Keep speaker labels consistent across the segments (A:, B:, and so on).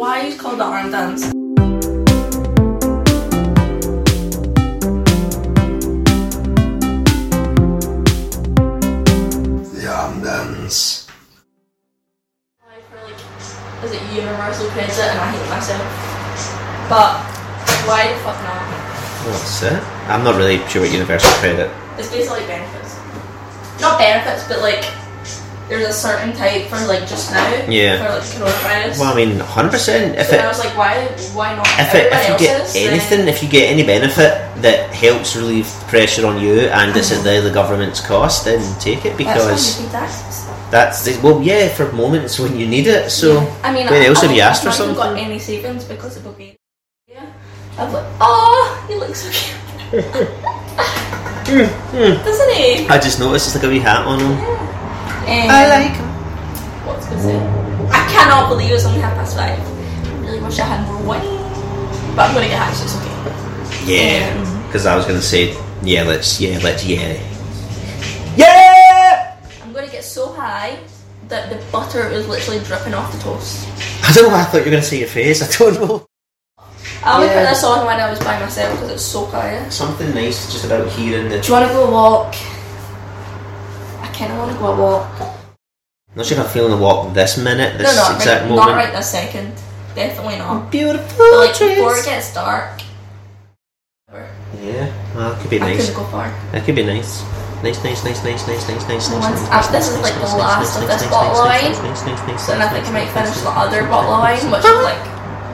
A: Why is it called the arm dance?
B: The arm dance.
A: Like for like, is it universal pizza and I hate myself? But why the fuck not?
C: What's it? I'm not really sure what universal credit.
A: It's basically like benefits. Not benefits, but like there's a certain type for like just now
C: Yeah.
A: for like coronavirus.
C: Well, I mean, 100%. If
A: so I
C: it,
A: was like, why, why not?
C: if it, if you
A: Everybody eh?
C: get
A: else is,
C: anything, if you get any benefit that helps relieve pressure on you and it's at the, the government's cost, then take it
A: Then, that's
C: because
A: why you pay taxes.
C: that's, the- well, yeah, for moments when you need it. So
A: I mean,
C: Wait,
A: I,
C: also
A: I
C: have you asked for
A: haven't got
C: something?
A: any savings because of Bulgaria. I'm like, oh, he looks so cute, doesn't he?
C: I just noticed it's like a wee hat on him.
A: Um,
C: him.
A: What's good say? I cannot believe it's only half past five. I really wish I had more wine, but I'm gonna get hatched. It's okay.
C: Yeah,
A: Mm-hmm.
C: because I was going to say, yeah, let's, yeah, let's, yeah. Yeah!
A: I'm gonna get so high that the butter is literally dripping off the toast.
C: I don't know why I thought you were going to say your face. I don't know.
A: I only
C: Yeah.
A: put this on when I was by myself because it's so quiet.
C: Something nice just about hearing the
A: Do you want to go a walk? I kind of want to go a walk.
C: Not sure if I'm feeling the walk this minute, this
A: no, not
C: exact
A: right,
C: moment.
A: not right this second. Definitely not.
C: Beautiful
A: But like before it gets dark,
C: Yeah, well, that could be
A: I
C: nice.
A: couldn't go far.
C: That could be nice. Nice, nice, nice, nice, nice, nice, nice, nice,
A: Once-
C: nice.
A: uh,
C: nice,
A: this is
C: nice,
A: like the
C: nice, nice,
A: last
C: nice,
A: of
C: nice,
A: this
C: nice,
A: bottle
C: nice,
A: wine.
C: nice, nice, nice, nice,
A: So then I
C: nice,
A: think I
C: nice,
A: might
C: nice,
A: finish the
C: nice,
A: other
C: nice,
A: bottle of wine,
C: nice, nice,
A: which is like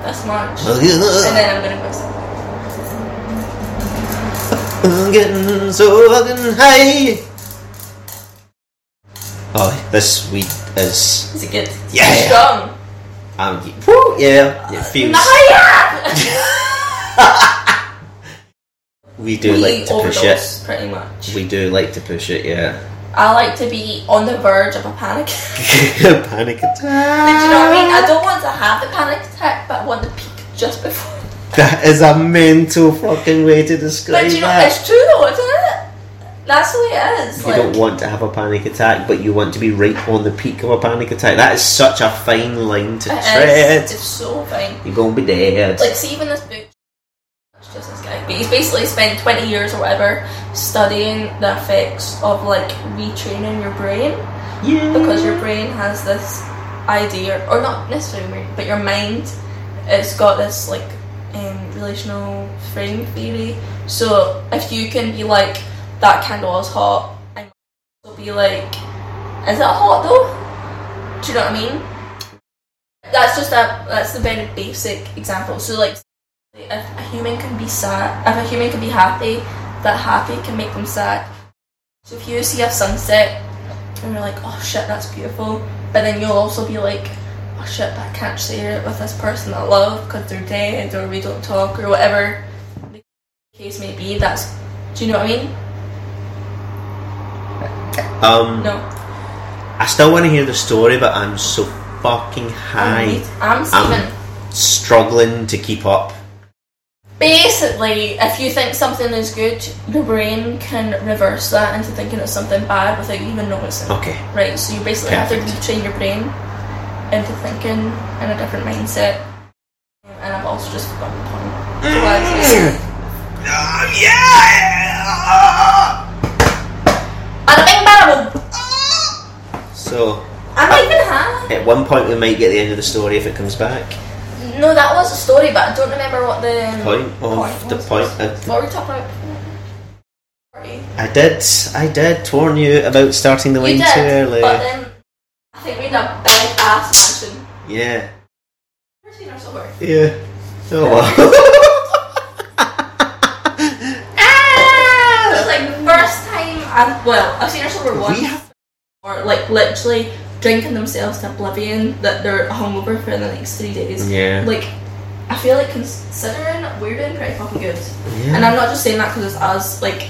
A: this much.
C: nice.
A: And then I'm gonna go somewhere.
C: I'm getting uh, so fucking high. Oh, this weed is.
A: Is it good?
C: Yeah.
A: Strong.
C: Um, woo, yeah, it feels.
A: Naya!
C: We do
A: we
C: like to push it.
A: overdose, pretty much.
C: We do like to push it, yeah.
A: I like to be on the verge of a panic.
C: Panic
A: Do you know what I mean?
C: attack.
A: I don't want to have the panic attack, but I want the peak just before.
C: That is a mental fucking way to describe
A: But do you know,
C: that.
A: it's true though, isn't it? That's the way it is.
C: You
A: like,
C: don't want to have a panic attack, but you want to be right on the peak of a panic attack. That is such a fine line to
A: it
C: tread.
A: is. It's so fine.
C: You're gonna be dead.
A: Like, see, even this book. It's just this guy. But he's basically spent 20 years or whatever studying the effects of like retraining your brain.
C: yeah.
A: because your brain has this idea, or not necessarily brain, but your mind, it's got this like um, relational frame theory. So if you can be like that candle is hot, I will be like, is it hot though? Do you know what I mean? That's just a that's the very basic example. So like, if a human can be sad, if a human can be happy, that happy can make them sad. So if you see a sunset and you're like, oh shit, that's beautiful, but then you'll also be like, oh shit, but I can't share it with this person I love because they're dead or we don't talk or whatever the case may be. That's, do you know what I mean?
C: um,
A: No.
C: I still want to hear the story, but I'm so fucking
A: Oh,
C: high,
A: I'm Stephen.
C: struggling to keep up.
A: Basically, if you think something is good, your brain can reverse that into thinking it's something bad without you even noticing.
C: Okay,
A: Right, so you basically have to
C: Oh. Perfect.
A: retrain your brain into thinking in a different mindset. And I've also just forgotten the point. Bada bing, bada boom.
C: so
A: I'm not even high.
C: at one point we might get the end of the story if it comes back.
A: No, that was a story, but I don't remember what the um,
C: Point of the
A: was.
C: point of the-
A: What were we talking about? before? Party.
C: I did, I did warn you about starting the
A: You
C: wine too
A: did,
C: early.
A: but then I think we had a big ass mansion.
C: yeah,
A: Never seen her somewhere.
C: yeah. Oh well.
A: It was like the first time I've well, I've seen her sober once.
C: We have-
A: or like literally drinking themselves to oblivion that they're hungover for the next three days.
C: yeah.
A: Like, I feel like considering we're doing pretty fucking good,
C: Yeah.
A: and I'm not just saying that because it's us. Like,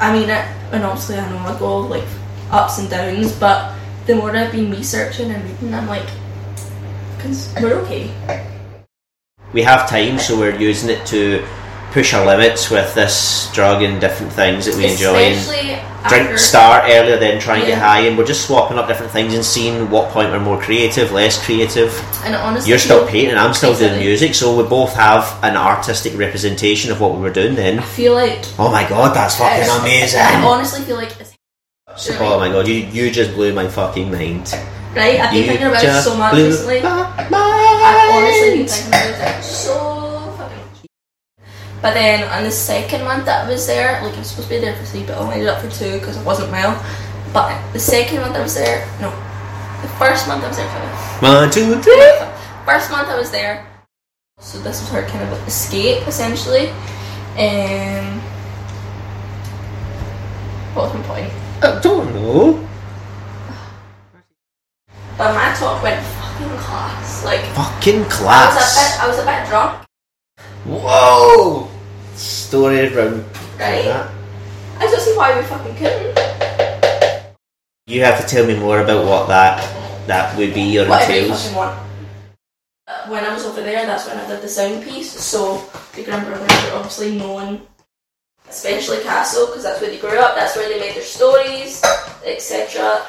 A: I mean it, and obviously I know I go like ups and downs, but the more I've been researching and reading, I'm like, cons- we're okay.
C: we have time, so we're using it to push our limits with this drug and different things that we enjoy. And
A: Especially
C: drink
A: after-
C: start earlier, then try and
A: Yeah.
C: get high, and we're just swapping up different things and seeing what point we're more creative, less creative.
A: And honestly,
C: You're still painting, I'm still doing
A: Exactly.
C: music, so we both have an artistic representation of what we were doing then.
A: I feel like
C: Oh my god, that's fucking
A: it's- I
C: amazing!
A: honestly feel like it's
C: Oh my god, you, you just blew my fucking mind.
A: right. I've been
C: You
A: thinking about it
C: just
A: so much
C: blew
A: recently.
C: my
A: I've honestly been
C: mind.
A: thinking about it so fucking. But then on the second month that I was there, like I was supposed to be there for three, but I only ended up for two because I wasn't well. But the second month I was there, no, the first month I was there. sorry.
C: One, two, three.
A: First month I was there, so this was her kind of escape essentially. Um, what was my point?
C: I don't know.
A: But my talk went fucking class. Like I
C: Fucking
A: was a bit,
C: class.
A: I was a bit drunk,
C: Whoa! Story round
A: right?
C: that.
A: I don't see why we fucking couldn't.
C: You have to tell me more about what that that would be or
A: Whatever you
C: entails.
A: fucking want. Uh, When I was over there, that's when I did the sound piece. So the Grim Brothers are obviously known, especially Castle, because that's where they grew up. That's where they made their stories, etc.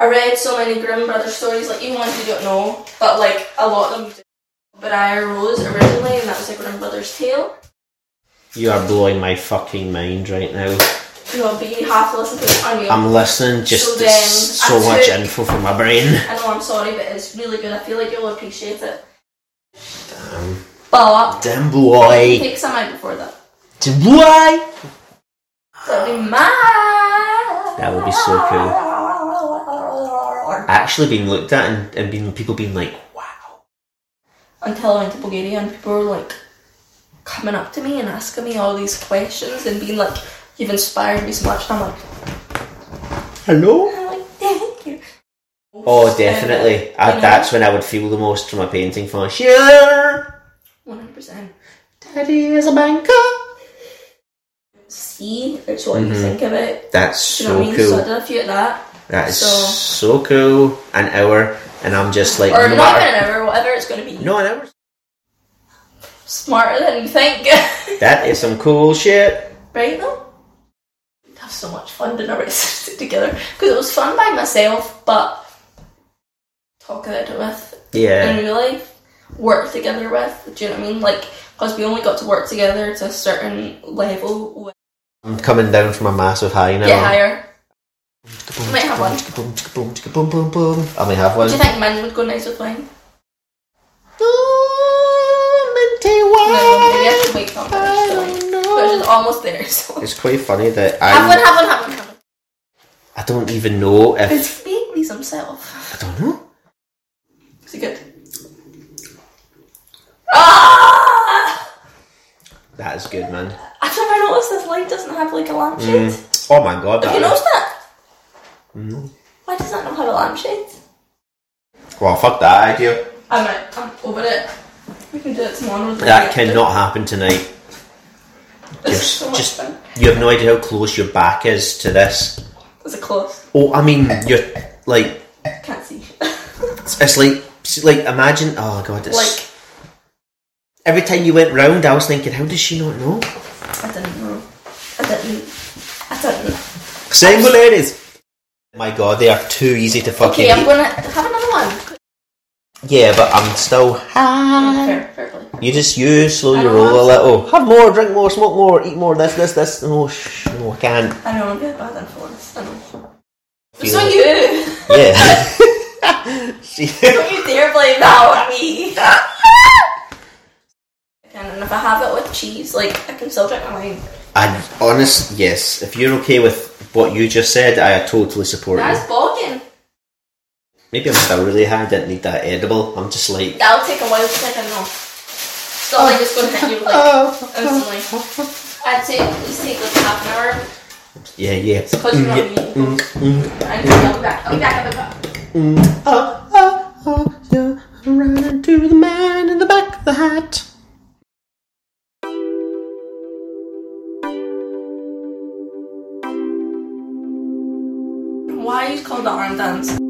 A: I read so many Grim Brothers stories, like even ones you don't know, but like a lot of them. do. But I arose originally, and that was a Grim Brothers tale.
C: You are blowing my fucking mind right now.
A: You know, but you have to listen to it on your
C: I'm listening, just
A: So
C: so,
A: then, I
C: much
A: took-
C: info for my brain.
A: I know I'm sorry, but it's really good. I feel like you'll appreciate it. But
C: Damn boy,
A: take some out before that.
C: Damn boy.
A: That'd be mad.
C: That would be so cool.
A: cool.
C: Actually, being looked at and, and being people being like, wow.
A: Until I went to Bulgaria and people were like coming up to me and asking me all these questions and being like, "You've inspired me so much." And I'm like,
C: Hello.
A: I'm like, "Thank you."
C: Oh, definitely. I,
A: You know?
C: that's when I would feel the most from a painting for sure.
A: One hundred percent.
C: Daddy is a banker.
A: See, it's what you
C: Mhm.
A: think of it.
C: That's
A: Do you know
C: so
A: what I mean? So I
C: cool.
A: did a few of that.
C: That is
A: So-
C: so cool. An hour, and I'm just like,
A: or
C: no
A: not
C: matter.
A: even an hour, whatever it's going to be.
C: No, an hour.
A: Smarter than you think.
C: That is some cool shit.
A: right though? We'd have so much fun doing our research together. Because it was fun by myself, but talk about it with
C: Yeah.
A: in real life, work together with, do you know what I mean? Like, because we only got to work together to a certain level. With,
C: I'm coming down from a massive high now.
A: Get higher. Might have one.
C: I may have one.
A: Do you think mine would go nice with wine? No, maybe I should wait till I'm finished the wine. But it's almost there, so.
C: It's quite funny that
A: Have one,
C: I
A: have one, have one, have one.
C: I don't even know if
A: It's babies himself.
C: I don't know.
A: Is he good? Ah!
C: That is good, man.
A: I've never noticed this light doesn't have like a lampshade.
C: Mm. Oh my god,
A: Have you
C: that
A: noticed
C: is,
A: that?
C: Mm.
A: Why does that not have a lampshade?
C: well, fuck that idea.
A: I'm out. I'm over it. We can do it tomorrow. when we
C: That
A: get
C: cannot happen tonight.
A: there. This is
C: Just-
A: so much
C: just-
A: fun.
C: You have no idea how close your back is to this.
A: Is it close?
C: Oh, I mean, you're like
A: Can't see.
C: it's, it's like it's like imagine. Oh god, it's
A: like
C: every time you went round, I was thinking, how does she not know?
A: I didn't know. I didn't. I didn't.
C: Single ladies. My god, they are too easy to fucking.
A: Okay, I'm
C: eat.
A: gonna have another one.
C: Yeah, but I'm still.
A: Fair, fair play.
C: You just you slow
A: I
C: your
A: don't
C: roll a
A: want
C: little. Have more, drink more, smoke more, eat more. This, this, this. No, shh, no, I can't.
A: I know I'm good bad influence. I know.
C: Feel
A: So
C: it.
A: you,
C: Yeah. she,
A: don't you dare blame that on me. And if I have it with cheese, like I can still drink my wine.
C: and honest, yes. If you're okay with what you just said, I totally support you.
A: That's bogging.
C: Maybe I'm still really high. I didn't need that edible. I'm just like.
A: That'll take a while to take know. It's not like it's gonna hit you like instantly. I'd say at least take like half an hour
C: Yeah, yeah.
A: because you're not
C: Mm, yeah.
A: eating.
C: Mm, mm,
A: And I'll be back. I'll be back. I'll be back.
C: mm. Oh, oh, oh, yeah. I'm running to the man in the back of the hat.
A: Why is it called the arm dance?